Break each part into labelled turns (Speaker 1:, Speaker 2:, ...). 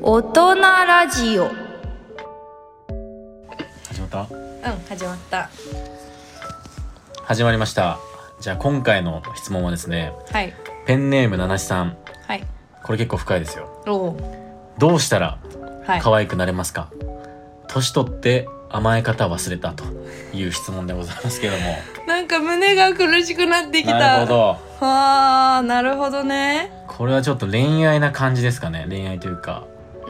Speaker 1: 大人ラジオうん
Speaker 2: 始まった
Speaker 1: 始まった
Speaker 2: 始まりましたじゃあ今回の質問はですね
Speaker 1: はい
Speaker 2: ペンネームななしさん
Speaker 1: はい
Speaker 2: これ結構深いですよ
Speaker 1: おお
Speaker 2: どうしたら
Speaker 1: はい
Speaker 2: 可愛くなれますか、年取って甘え方忘れたという質問でございますけども
Speaker 1: なんか胸が苦しくなってきた
Speaker 2: なるほど
Speaker 1: はあなるほどね
Speaker 2: これはちょっと恋愛な感じですかね恋愛というか、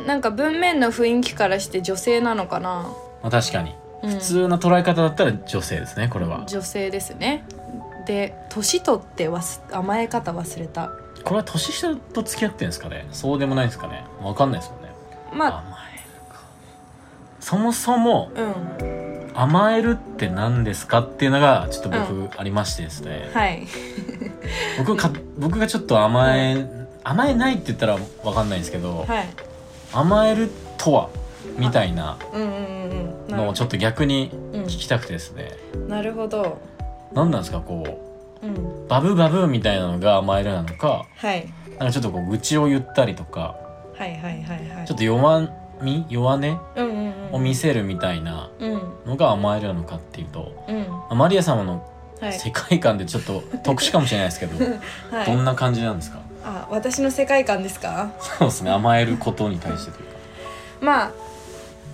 Speaker 1: なんか文面の雰囲気からして女性なのかな
Speaker 2: まあ、確かに
Speaker 1: うん
Speaker 2: 普通な捉え方だったら女性ですねこれは、
Speaker 1: 女性ですねで年取ってわす甘え方忘れた
Speaker 2: これは年下と付き合ってんですかねそうでもないですかねわかんないですよね
Speaker 1: まあ
Speaker 2: 甘えるかそもそも
Speaker 1: うん
Speaker 2: 甘えるって何ですかっていうのがちょっと僕、
Speaker 1: う
Speaker 2: ありましてですね
Speaker 1: はい
Speaker 2: 僕か僕がちょっと甘え、甘えないって言ったらわかんないんですけど、
Speaker 1: はい
Speaker 2: 甘えるとはみたいな
Speaker 1: うんうんうんうんな
Speaker 2: のを
Speaker 1: る
Speaker 2: ちょっと逆に
Speaker 1: うん
Speaker 2: 聞きたくてですね、
Speaker 1: なるほど
Speaker 2: 何なんですかこ
Speaker 1: うん
Speaker 2: うバブバブみたいなのが甘えるなのか
Speaker 1: はい
Speaker 2: なんかちょっとこう愚痴を言ったりとか
Speaker 1: はいはいはいはい
Speaker 2: ちょっと弱み弱音
Speaker 1: うんうんうん
Speaker 2: を見せるみたいな
Speaker 1: うん
Speaker 2: のが甘えるなのかっていうと
Speaker 1: うん
Speaker 2: マリア様の
Speaker 1: はい
Speaker 2: 世界観でちょっと特殊かもしれないですけど、
Speaker 1: は
Speaker 2: どん
Speaker 1: い
Speaker 2: な感じなんですか
Speaker 1: あ私の世界観ですか
Speaker 2: そうですね甘えることに対してというか
Speaker 1: まあ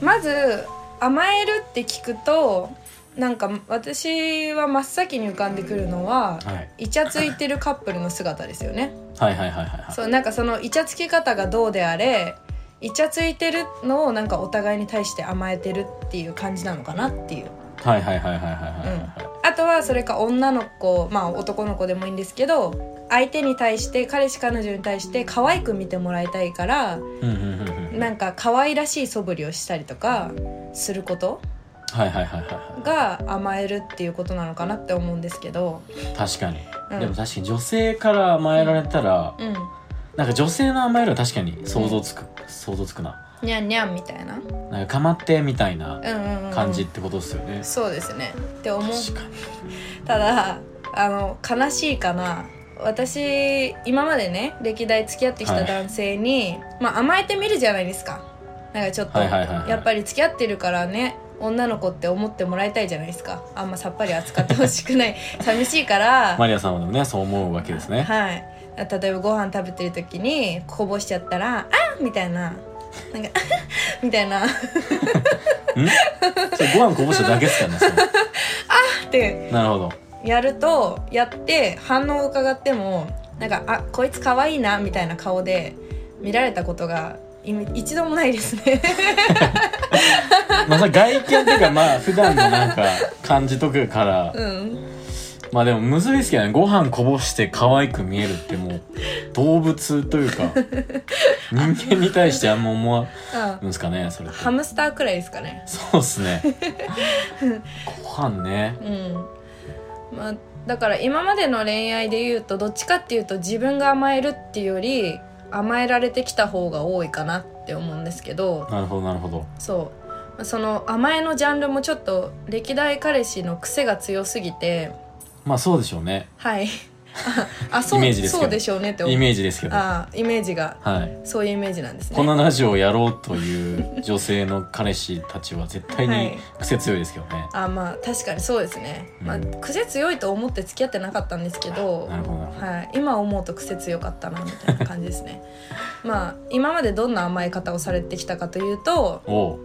Speaker 1: まず甘えるって聞くとなんか私は真っ先に浮かんでくるのは、
Speaker 2: はい
Speaker 1: イチャついてるカップルの姿ですよね
Speaker 2: はいはいはいはいはい
Speaker 1: そうなんかそのイチャつき方がどうであれイチャついてるのをなんかお互いに対して甘えてるっていう感じなのかなっていう
Speaker 2: はいはいはいはいはいはいはい
Speaker 1: あとはそれか女の子まあ男の子でもいいんですけど相手に対して彼氏彼女に対して可愛く見てもらいたいから
Speaker 2: うんうんうんうん
Speaker 1: なんか可愛らしい素振りをしたりとかすること
Speaker 2: はいはいはいはいは
Speaker 1: が甘えるっていうことなのかなって思うんですけど
Speaker 2: い確かに、
Speaker 1: うん
Speaker 2: でも確かに女性から甘えられたら、
Speaker 1: うん
Speaker 2: なんか女性の甘えるは確かに想像つく、想像つくな
Speaker 1: にゃんにゃんみたいな
Speaker 2: なんかかまってみたいな
Speaker 1: うんうん、うん、
Speaker 2: 感じってことですよね、
Speaker 1: そうですねって思う
Speaker 2: 確かに
Speaker 1: ただあの悲しいかな私今までね歴代付き合ってき
Speaker 2: は
Speaker 1: た
Speaker 2: い
Speaker 1: 男性に、まあ甘えてみるじゃないですかなんかちょっと、
Speaker 2: はいはいはいはい
Speaker 1: やっぱり付き合ってるからね女の子って思ってもらいたいじゃないですかあんまさっぱり扱ってほしくない 寂しいから、
Speaker 2: マリアさんはでもねそう思うわけですね、
Speaker 1: はい例えばご飯食べてる時にこぼしちゃったら「あみたいななんか「みたいな「あ
Speaker 2: それご飯こぼしただけですからねそれ
Speaker 1: って
Speaker 2: なるほど
Speaker 1: やるとやって反応を伺ってもなんか「あこいつ可愛いな」みたいな顔で見られたことがい一度もないですね
Speaker 2: まあそれ外見っていうかまあ普段のなんか感じとかから、
Speaker 1: うん
Speaker 2: まあでもむずいですけどねご飯こぼして可愛く見えるってもう動物という か人間に対してあんま思わ
Speaker 1: あ
Speaker 2: んですかねそれって
Speaker 1: ハムスターくらいですかね
Speaker 2: そうっすねご飯ね
Speaker 1: うんまあだから今までの恋愛で言うとどっちかっていうと自分が甘えるっていうより甘えられてきた方が多いかなって思うんですけど
Speaker 2: なるほどなるほど
Speaker 1: そうまあその甘えのジャンルもちょっと歴代彼氏の癖が強すぎて
Speaker 2: まあそうでしょうね
Speaker 1: はい。あ、あそう
Speaker 2: イメージですけど
Speaker 1: そうでしょうねって思う。
Speaker 2: イメージですけど
Speaker 1: あ、
Speaker 2: は
Speaker 1: イメージが
Speaker 2: い
Speaker 1: そういうイメージなんですね。
Speaker 2: このラジオをやろうという女性の彼氏たちは絶対
Speaker 1: は
Speaker 2: に
Speaker 1: い
Speaker 2: 癖強いですけどね、
Speaker 1: あ、まあ確かにそうですね。まあ
Speaker 2: うん
Speaker 1: 癖強いと思って付き合ってなかったんですけど、
Speaker 2: なるほどなるほど
Speaker 1: はい。今思うと癖強かったなみたいな感じですね。 まあ今までどんな甘え方をされてきたかというと、
Speaker 2: お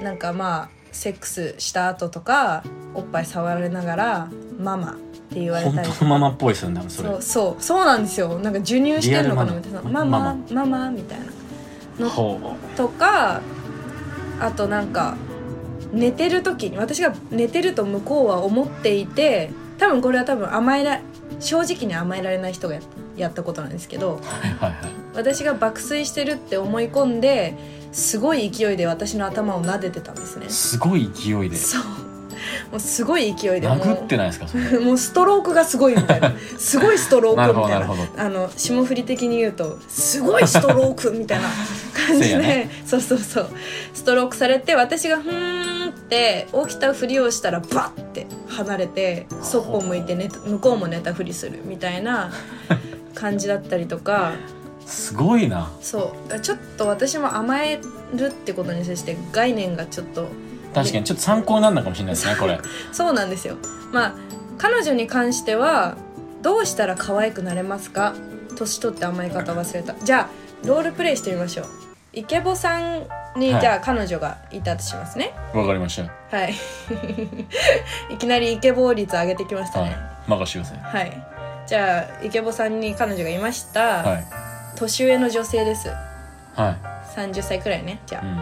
Speaker 2: う
Speaker 1: なんかまあセックスした後とかおっぱい触られながらママって言われ
Speaker 2: 本
Speaker 1: たりとか
Speaker 2: 当のママっぽいですよね多分それ
Speaker 1: そうそうそうなんですよなんか授乳してんのかなみたい
Speaker 2: リア
Speaker 1: な
Speaker 2: ル
Speaker 1: マ
Speaker 2: ママ
Speaker 1: マママみたいなの
Speaker 2: ほう
Speaker 1: とかあとなんか寝てる時に私が寝てると向こうは思っていて多分これは多分甘えら正直に甘えられない人がややったことなんですけど
Speaker 2: はいはいはい
Speaker 1: 私が爆睡してるって思い込んですごい勢いで私の頭を撫でてたんですね
Speaker 2: すごい勢いで
Speaker 1: そうもうすごい勢いでもう
Speaker 2: 殴ってないですかそれ
Speaker 1: もうストロークがすごいみたい なすごいストロークみたい
Speaker 2: なる
Speaker 1: な
Speaker 2: ほどなるほ
Speaker 1: あの霜降り的に言うとすごいストロークみたいな 感じで、
Speaker 2: せやね
Speaker 1: そうそうそうストロークされて私がふーんって起きたふりをしたらバッて離れてそ っぽ向いて寝た向こうも寝たふりするみたいな感じだったりとか
Speaker 2: すごいな
Speaker 1: そうちょっと私も甘えるってことに接して概念がちょっと
Speaker 2: 確かにちょっと参考になるのかもしれないですねこれ
Speaker 1: そうなんですよまあ彼女に関してはどうしたら可愛くなれますか年取って甘え方忘れたじゃあロールプレイしてみましょうイケボさんに、
Speaker 2: はい
Speaker 1: じゃあ彼女がいたとしますね
Speaker 2: わかりました
Speaker 1: はい いきなりイケボ率上げてきました
Speaker 2: はい
Speaker 1: ね
Speaker 2: 任してください
Speaker 1: はい、じゃあイケボさんに彼女がいました、
Speaker 2: はい
Speaker 1: 年上の女性です
Speaker 2: は
Speaker 1: 30歳くらいねじゃ
Speaker 2: い、う
Speaker 1: あ、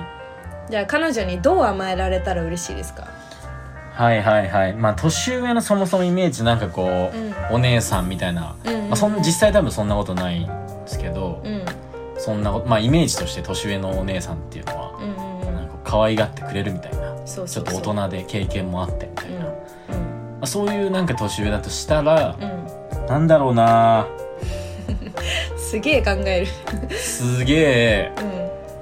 Speaker 2: ん、
Speaker 1: じゃあ彼女にどう甘えられたら嬉しいですか
Speaker 2: はいはいはいまあ年上のそもそもイメージなんかこ
Speaker 1: う
Speaker 2: う、お姉さんみたいな、
Speaker 1: うんうんうん
Speaker 2: まあ、そん実際多分そんなことないんですけど、
Speaker 1: うんうん
Speaker 2: そんなことまあイメージとして年上のお姉さんっていうのは
Speaker 1: うんう
Speaker 2: なん
Speaker 1: ん
Speaker 2: か可愛がってくれるみたいな
Speaker 1: そう
Speaker 2: ち
Speaker 1: そ
Speaker 2: ょっ
Speaker 1: うそ
Speaker 2: と
Speaker 1: う
Speaker 2: 大人で経験もあってみたいな、ま
Speaker 1: うん
Speaker 2: あ、そういうなんか年上だとしたら
Speaker 1: う、ん
Speaker 2: なんだろうな
Speaker 1: うんすげえ考える
Speaker 2: すげえ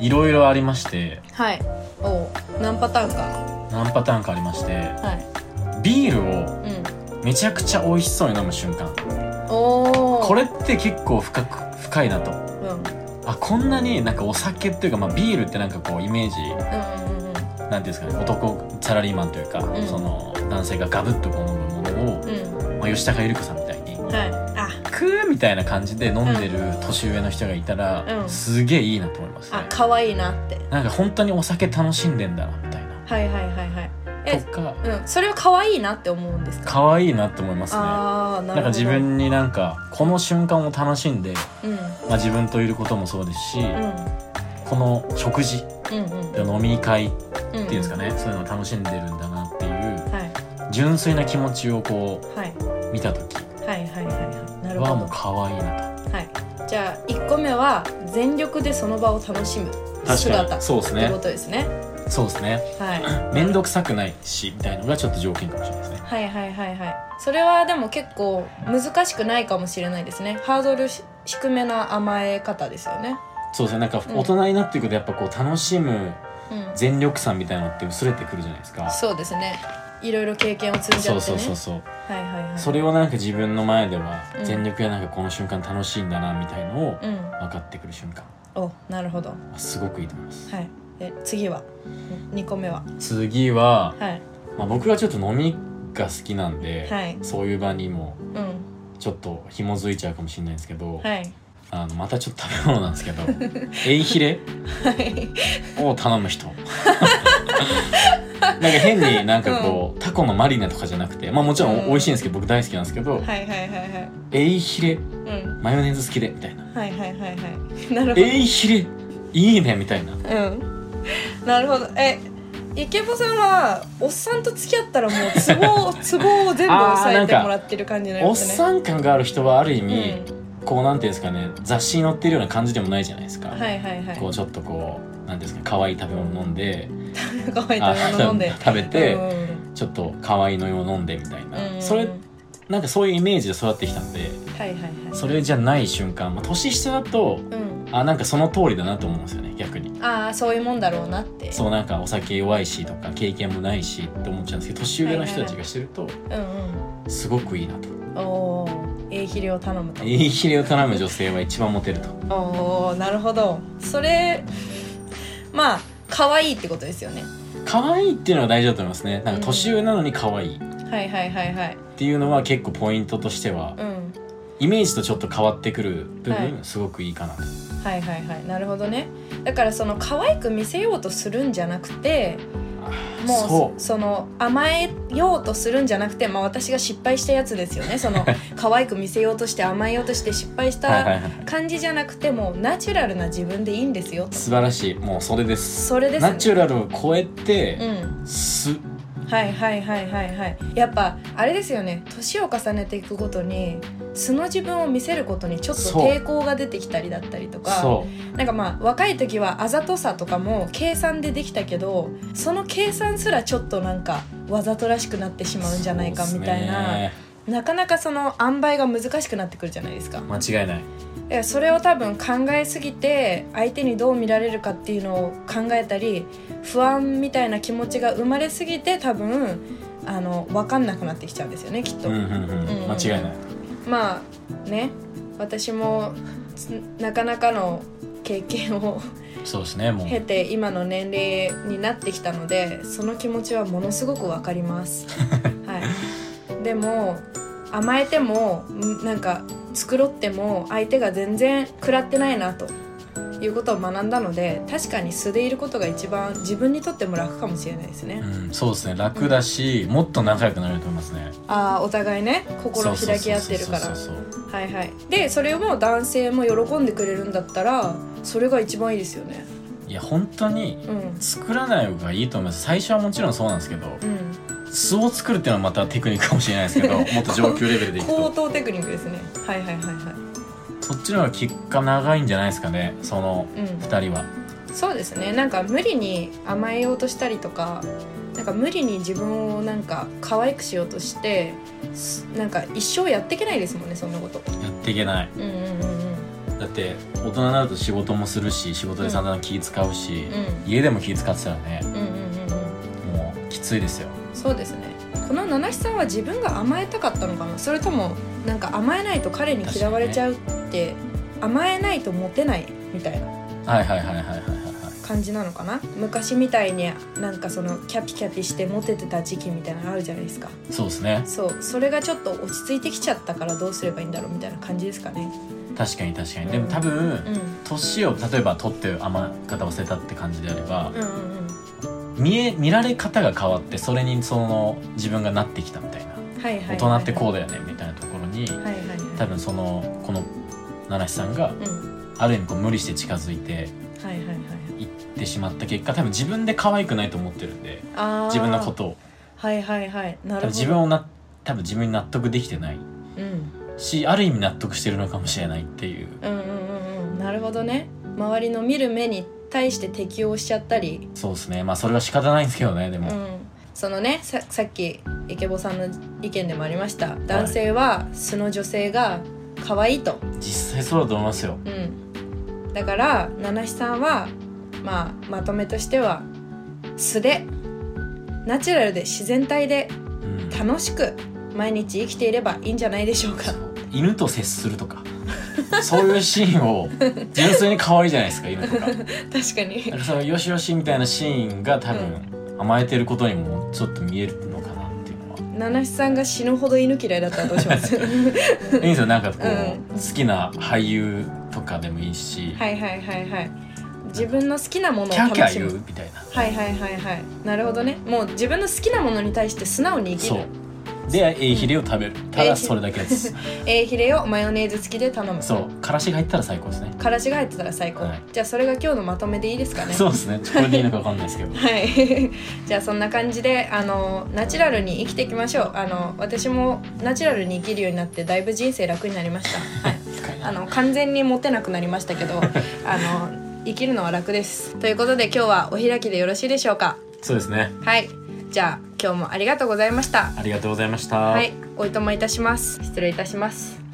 Speaker 1: うん
Speaker 2: いろいろありまして
Speaker 1: はいおう何パターンか
Speaker 2: 何パターンかありまして
Speaker 1: はい
Speaker 2: ビールを
Speaker 1: うん
Speaker 2: めちゃくちゃ美味しそうに飲む瞬間
Speaker 1: おお
Speaker 2: これって結構深く深いなと
Speaker 1: うんうん
Speaker 2: あこんなになんかお酒っていうか、まあ、ビールってなんかこうイメージ
Speaker 1: うんうん
Speaker 2: なんていうんですかね男サラリーマンというか、
Speaker 1: ん
Speaker 2: その男性がガブッとこう飲むものを、
Speaker 1: うん
Speaker 2: まあ、吉高由里子さんみたいに
Speaker 1: うんはいあ
Speaker 2: 「クー」みたいな感じで飲んでる年上の人がいたら、
Speaker 1: うん
Speaker 2: すげえいいなと思いますね
Speaker 1: あ可愛いなって
Speaker 2: なんか本当にお酒楽しんでんだなみたいな
Speaker 1: はいはいはいはいえ
Speaker 2: とか
Speaker 1: うんそれは可愛いなって思うんですか
Speaker 2: 可愛いなって思いますねな
Speaker 1: ああなる
Speaker 2: ん
Speaker 1: ほ
Speaker 2: か
Speaker 1: ど
Speaker 2: 自分になんかこの瞬間を楽しんで、
Speaker 1: うん
Speaker 2: まあ、自分といることもそうですし、この食事
Speaker 1: うんうんうん
Speaker 2: で飲み会って
Speaker 1: てい
Speaker 2: いうんですかね、そういうのを楽しんでるんだなっていう
Speaker 1: はい
Speaker 2: 純粋な気持ちをこ
Speaker 1: はい、
Speaker 2: う見た時
Speaker 1: はいはいはいはいなる
Speaker 2: は
Speaker 1: ほ
Speaker 2: もう
Speaker 1: ど
Speaker 2: 可愛いなと
Speaker 1: はいじゃあ1個目は全力でその場を楽しむ姿って
Speaker 2: そうです
Speaker 1: ことですね
Speaker 2: そうですね
Speaker 1: はい、
Speaker 2: 面倒くさくないしみたいなのがちょっと条件かもしれないですね
Speaker 1: はいはいはいはいそれはでも結構難しくないかもしれないですねハードルし低めな甘え方ですよね
Speaker 2: そうですねなんか
Speaker 1: うん
Speaker 2: 大人になっていくとやっぱこう楽しむ
Speaker 1: うん
Speaker 2: 全力さみたいなのって薄れてくるじゃないですか
Speaker 1: そうですねいろいろ経験を積んじ
Speaker 2: そ
Speaker 1: ゃ
Speaker 2: う
Speaker 1: って
Speaker 2: そ
Speaker 1: ね
Speaker 2: うそうそう
Speaker 1: はいはいはい
Speaker 2: それをなんか自分の前では
Speaker 1: うん
Speaker 2: 全力やなんかこの瞬間楽しいんだなみたいのを
Speaker 1: うん
Speaker 2: 分かってくる瞬間
Speaker 1: おなるほどは
Speaker 2: すごくいいと思います
Speaker 1: いで次は2個目は
Speaker 2: 次は、
Speaker 1: はい
Speaker 2: まあ、僕がちょっと飲みが好きなんで、
Speaker 1: はい
Speaker 2: そういう場にも
Speaker 1: うん
Speaker 2: ちょっと紐づいちゃうかもしれないんですけど、
Speaker 1: はい
Speaker 2: あのまたちょっと食べ物なんですけど エイヒレ
Speaker 1: はい
Speaker 2: を頼む人なんか変になんかこう、タコのマリネとかじゃなくてまあもちろん美味しいんですけど、僕大好きなんですけど、
Speaker 1: はいはいはいはい
Speaker 2: エイヒレ
Speaker 1: うん
Speaker 2: マヨネーズ好きでみたいな
Speaker 1: はいはいはいはい なるほど
Speaker 2: エイヒレいいねみたいな
Speaker 1: うん。なるほど。え、池ボさんはおっさんと付き合ったらもうツボをツボを全部抑えてもらってる感じになり
Speaker 2: おっ
Speaker 1: ますね。
Speaker 2: さん感がある人はある意
Speaker 1: う
Speaker 2: 味、
Speaker 1: ん。
Speaker 2: こうなんていうんですかね雑誌に載ってるような感じでもないじゃないですか、
Speaker 1: はいはいはい。
Speaker 2: こうちょっとこうなんていうんですか可愛い食べ物飲んで
Speaker 1: 可愛い
Speaker 2: あ。
Speaker 1: 食べ物飲んで
Speaker 2: 食べて、
Speaker 1: うん
Speaker 2: ちょっと可愛いのよ飲んでみたいな、
Speaker 1: うん
Speaker 2: それ
Speaker 1: はい
Speaker 2: なんかそういうイメージで育ってきたんで
Speaker 1: はいはい。
Speaker 2: それじゃない瞬間、まあ、年下だと
Speaker 1: うん。
Speaker 2: あなんかその通りだなと思うんですよね逆に
Speaker 1: ああそういうもんだろうなって。
Speaker 2: そうなんかお酒弱いしとか経験もないしって思っちゃうんですけど年上の人たちがしてると
Speaker 1: うん
Speaker 2: すごくいいなと
Speaker 1: うん。おお。えひれを頼むと。
Speaker 2: いいひれを頼む女性は一番モテると
Speaker 1: おおなるほど。それまあ可愛いってことですよね。
Speaker 2: 可愛いっていうのは大事だと思いますねなんか年上なのに可愛いっ
Speaker 1: はいはいはいはい。
Speaker 2: ていうのは結構ポイントとしては
Speaker 1: うん。
Speaker 2: イメージとちょっと変わってくる部分、
Speaker 1: はい
Speaker 2: すごくいいかなと
Speaker 1: はいはいはいなるほどねだからその可愛く見せようとするんじゃなくてもう
Speaker 2: そ
Speaker 1: その甘えようとするんじゃなくて、まあ、私が失敗したやつですよ ねその可愛く見せようとして甘えようとして失敗し
Speaker 2: うはいはい
Speaker 1: た
Speaker 2: はいはい
Speaker 1: 感じじゃなくてもうナチュラルな自分でいいんですよと
Speaker 2: 素晴らしいもうそれです
Speaker 1: それですね
Speaker 2: ナチュラルを超えて、
Speaker 1: うん
Speaker 2: す
Speaker 1: はいはいはいはいはいやっぱあれですよね年を重ねていくごとに素の自分を見せることにちょっと
Speaker 2: そう
Speaker 1: 抵抗が出てきたりだったりとか
Speaker 2: そう
Speaker 1: なんかまあ若い時はあざとさとかも計算でできたけどその計算すらちょっとなんかわざとらしくなってしまうんじゃないかみたい
Speaker 2: そう
Speaker 1: な、
Speaker 2: っ
Speaker 1: なかなかその塩梅が難しくなってくるじゃないですか
Speaker 2: すね間違いない
Speaker 1: えそれを多分考えすぎて相手にどう見られるかっていうのを考えたり不安みたいな気持ちが生まれすぎて多分あの分かんなくなってきちゃうんですよねきっと。
Speaker 2: うんうんうん、
Speaker 1: うん
Speaker 2: 間違いない
Speaker 1: まあね私もなかなかの経験を
Speaker 2: そうですねもう
Speaker 1: 経て今の年齢になってきたのでその気持ちはものすごくわかります、 はい、でも甘えてもんなんか繕っても相手が全然食らってないなということを学んだので確かに素でいることが一番自分にとっても楽かもしれないですね、
Speaker 2: うん、そうですね楽だし、もっと仲良くなれると思いますね
Speaker 1: ああお互いね心を開き合ってるから
Speaker 2: そうそうそうそう
Speaker 1: はいはいでそれをもう男性も喜んでくれるんだったらそれが一番いいですよね
Speaker 2: いや本当に
Speaker 1: うん
Speaker 2: 作らない方がいいと思います最初はもちろんそうなんですけど
Speaker 1: うん
Speaker 2: 素を作るっていうのはまたテクニックかもしれない ですけどもっと上級レベルでいく
Speaker 1: 高
Speaker 2: と
Speaker 1: 等テクニックですねはいはいはいは
Speaker 2: そっちの方が結果長いんじゃないですかねその
Speaker 1: いうん
Speaker 2: 2人は
Speaker 1: そうですねなんか無理に甘えようとしたりとかなんか無理に自分をなんか可愛くしようとしてすなんか一生やっていけないですもんねそんなこと
Speaker 2: やっていけない
Speaker 1: うんうんうん
Speaker 2: だって大人になると仕事もするし仕事で散々気使うし、家でも気使ってたらね
Speaker 1: うんうんうんうんうん
Speaker 2: もうきついですよ
Speaker 1: そうですねこの七七さんは自分が甘えたかったのかなそれともなんか甘えないと彼に嫌われちゃうって、甘えないとモテないみたいな
Speaker 2: はいはいはいはいはいはい
Speaker 1: 感じなのかな昔みたいになんかそのキャピキャピしてモテてた時期みたいなのあるじゃないですか
Speaker 2: そうですね
Speaker 1: そうそれがちょっと落ち着いてきちゃったからどうすればいいんだろうみたいな感じですかね
Speaker 2: 確かに確かにでも多分
Speaker 1: うん
Speaker 2: 年を例えば取って甘え方を忘れたって感じであれば
Speaker 1: うんうんうん
Speaker 2: 見え見られ方が変わってそれにその自分がなってきたみたいな
Speaker 1: はいはいはい、は
Speaker 2: 大
Speaker 1: い、
Speaker 2: 人ってこうだよねみたいなところに
Speaker 1: はいはいはい
Speaker 2: 多分そのこの七七さんが
Speaker 1: うん
Speaker 2: ある意味こう無理して近づいて
Speaker 1: はいはいはいはい
Speaker 2: いってしまった結果多分自分で可愛くないと思ってるんで
Speaker 1: あー
Speaker 2: 自分のことを
Speaker 1: はいはいはいなるほ
Speaker 2: 多分
Speaker 1: ど
Speaker 2: 自分をな多分自分に納得できてない
Speaker 1: うん
Speaker 2: しある意味納得してるのかもしれないっていう
Speaker 1: うんうんうんうんなるほどね周りの見る目に対して適応しちゃったり、
Speaker 2: そうですねまあそれは仕方ないんですけどねで
Speaker 1: う
Speaker 2: も、
Speaker 1: ん、そのねささっきイケボさんの意見でもありました男性は素の女性が可愛いと、
Speaker 2: 実際そうだと思いますよ
Speaker 1: うん、だから七七さんは、まあ、まとめとしては素でナチュラルで自然体で
Speaker 2: うん
Speaker 1: 楽しく毎日生きていればいいんじゃないでしょう
Speaker 2: そ
Speaker 1: か
Speaker 2: う犬と接するとかそういうシーンを純粋に可愛いじゃないですか犬 とかだか
Speaker 1: 確かに
Speaker 2: らそのよしよしみたいなシーンが多分甘えてることにもちょっと見えるのかなっていうのは
Speaker 1: 七七さんが死ぬほど犬嫌いだったらどうします はい
Speaker 2: いんですよなんかこう、
Speaker 1: うん
Speaker 2: 好きな俳優とかでもいいし、
Speaker 1: いはいはいはい自分の好きなものを
Speaker 2: キャー
Speaker 1: 楽
Speaker 2: キャー
Speaker 1: し
Speaker 2: 言う
Speaker 1: む
Speaker 2: みたいな
Speaker 1: はいはいはいはいなるほどねもう自分の好きなものに対して素直に生き
Speaker 2: そ
Speaker 1: る
Speaker 2: うでえいひれを食べるた
Speaker 1: えい
Speaker 2: だ
Speaker 1: ひれ
Speaker 2: それだけです
Speaker 1: えーヒレをマヨネーズ付きで頼む
Speaker 2: そうからしが入ったら最高ですね
Speaker 1: からしが入ってたら最高、
Speaker 2: はい
Speaker 1: じゃあそれが今日のまとめでいいですかね
Speaker 2: そうですねちょこれでいいのか分かんないですけど
Speaker 1: はい、 じゃあそんな感じであのナチュラルに生きていきましょうあの私もナチュラルに生きるようになってだいぶ人生楽になりました、はい、
Speaker 2: 深いな
Speaker 1: あの完全にモテなくなりましたけ どあの生きるのは楽ですということで今日はお開きでよろしいでしょうか
Speaker 2: そうですね
Speaker 1: はいじゃあ今日もありがとうございました
Speaker 2: ありがとうございました、
Speaker 1: はいおいともいたします失礼いたします